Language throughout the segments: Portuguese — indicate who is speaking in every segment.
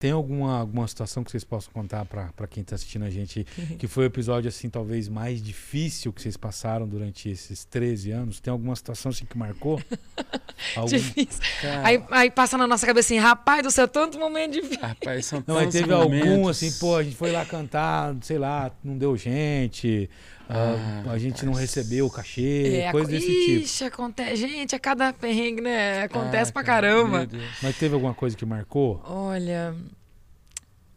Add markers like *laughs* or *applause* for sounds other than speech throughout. Speaker 1: Tem alguma, alguma situação que vocês possam contar para quem tá assistindo a
Speaker 2: *laughs*
Speaker 1: gente, que foi o episódio, assim, talvez mais difícil que vocês passaram durante esses 13 anos? Tem alguma situação, assim, que
Speaker 2: *laughs*
Speaker 1: marcou? Algum...
Speaker 3: Difícil.
Speaker 2: Cara,
Speaker 3: Aí, aí passa na nossa cabeça assim, rapaz do céu, tanto momento difícil.
Speaker 2: rapaz, são
Speaker 1: Não, mas
Speaker 2: tantos
Speaker 1: teve algum,
Speaker 2: momentos.
Speaker 1: assim, pô, a gente foi lá cantar, sei lá, não deu gente, ah,
Speaker 2: Ah,
Speaker 1: a gente não
Speaker 2: rapaz.
Speaker 1: recebeu o cachê,
Speaker 3: É, a-
Speaker 1: coisa desse tipo.
Speaker 3: Ixi, acontece. Gente, a cada perrengue, né? Acontece
Speaker 2: Ah,
Speaker 3: pra
Speaker 2: cara,
Speaker 3: caramba.
Speaker 2: meu Deus.
Speaker 1: Mas teve alguma coisa que marcou?
Speaker 3: Olha.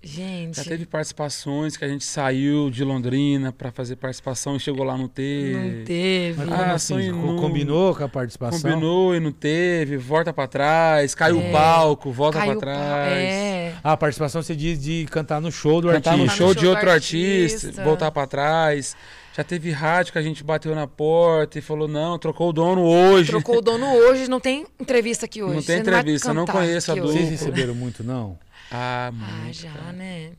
Speaker 2: Já
Speaker 3: Gente,
Speaker 2: teve participações que a gente saiu de Londrina pra fazer participação e chegou lá não ter.
Speaker 3: não teve.
Speaker 1: Mas
Speaker 2: Ah,
Speaker 1: como assim?
Speaker 2: sonho
Speaker 1: Co-
Speaker 2: não-
Speaker 1: Combinou com a participação?
Speaker 2: Combinou e não teve, volta pra trás, caiu
Speaker 3: É.
Speaker 2: o palco, volta
Speaker 3: Caiu
Speaker 2: pra
Speaker 3: o pau.
Speaker 2: trás.
Speaker 3: É.
Speaker 1: Ah, a participação você diz de cantar no show do
Speaker 2: Cantar no
Speaker 1: artista.
Speaker 2: show
Speaker 3: Cantar no
Speaker 2: de
Speaker 3: show do
Speaker 2: outro artista,
Speaker 3: artista.
Speaker 2: voltar pra trás. Já teve rádio que a gente bateu na porta e falou: não, trocou o dono hoje.
Speaker 3: Trocou o dono hoje, não tem entrevista aqui hoje.
Speaker 2: Não tem
Speaker 3: Você vai
Speaker 2: entrevista, eu não
Speaker 3: cantar
Speaker 2: conheço a
Speaker 3: aqui
Speaker 2: dupla.
Speaker 3: hoje.
Speaker 1: Vocês receberam muito, não?
Speaker 2: *laughs* Ah, mano.
Speaker 3: Ah, já, né?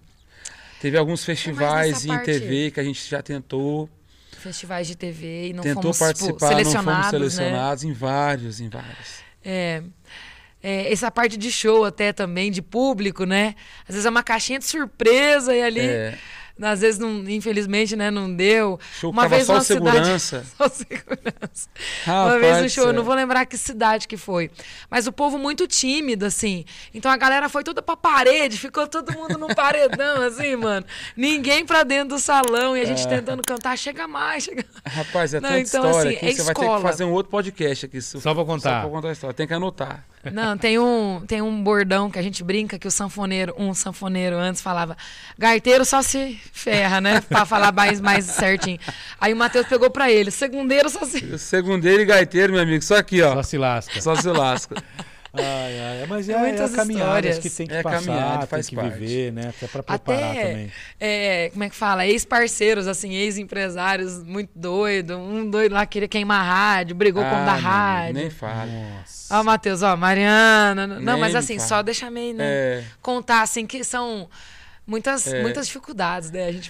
Speaker 2: Teve alguns festivais
Speaker 3: nessa
Speaker 2: em
Speaker 3: parte-
Speaker 2: TV que a gente já tentou.
Speaker 3: Festivais de TV e não
Speaker 2: tentou
Speaker 3: fomos tipo,
Speaker 2: participar, não fomos
Speaker 3: selecionados, né?
Speaker 2: selecionados em vários, em vários.
Speaker 3: É. É, essa parte de show até também, de público, né? Às vezes é uma caixinha de surpresa e ali.
Speaker 2: É.
Speaker 3: Às vezes, não- infelizmente, né, não deu.
Speaker 2: Show que
Speaker 3: uma
Speaker 2: tava
Speaker 3: vez
Speaker 2: só
Speaker 3: uma
Speaker 2: segurança.
Speaker 3: Cidade... *laughs* Só segurança. uma
Speaker 2: Rapaz
Speaker 3: vez
Speaker 2: do
Speaker 3: no show, eu
Speaker 2: céu.
Speaker 3: não vou lembrar que cidade que foi. Mas o povo muito tímido, assim. Então a galera foi toda pra parede, ficou todo mundo num paredão, *laughs* assim, mano. Ninguém pra dentro do salão e a
Speaker 2: É.
Speaker 3: gente tentando cantar, chega mais, chega mais.
Speaker 2: Rapaz, é
Speaker 3: Não,
Speaker 2: tanta
Speaker 3: então,
Speaker 2: história
Speaker 3: assim,
Speaker 2: que
Speaker 3: é
Speaker 2: você vai ter que
Speaker 3: escola.
Speaker 2: fazer um outro podcast aqui. Só
Speaker 1: pra contar.
Speaker 2: Só pra contar a história. Tem que anotar.
Speaker 3: Não, tem um, tem um bordão que a gente brinca que o sanfoneiro, um sanfoneiro antes falava, gaiteiro só se ferra, né? *laughs* Pra falar mais, mais certinho. Aí o Matheus pegou pra ele, segundeiro só se.
Speaker 2: O Segundeiro e gaiteiro, meu amigo, só aqui, ó.
Speaker 1: Só se lasca.
Speaker 2: Só se lasca.
Speaker 1: Ai, ai, mas é,
Speaker 3: Tem muitas
Speaker 1: é caminhadas
Speaker 3: histórias.
Speaker 1: que tem que
Speaker 2: É caminhada,
Speaker 1: passar, tem
Speaker 2: faz
Speaker 1: que
Speaker 2: parte.
Speaker 1: viver, né? Até pra preparar
Speaker 3: Até,
Speaker 1: também.
Speaker 3: é, como é que fala? Ex-parceiros, assim, ex-empresários muito doido. Um doido lá queria queimar a rádio, brigou com o
Speaker 2: Ah,
Speaker 3: da
Speaker 2: meu amigo,
Speaker 3: rádio. Né?
Speaker 2: Nem fala.
Speaker 1: Nossa.
Speaker 3: Ó, Matheus, ó, Mariana. Não,
Speaker 2: Nem
Speaker 3: mas
Speaker 2: me
Speaker 3: assim,
Speaker 2: fala.
Speaker 3: só deixa meio, né?
Speaker 2: É.
Speaker 3: Contar, assim, que são muitas,
Speaker 2: É.
Speaker 3: muitas dificuldades, né? A gente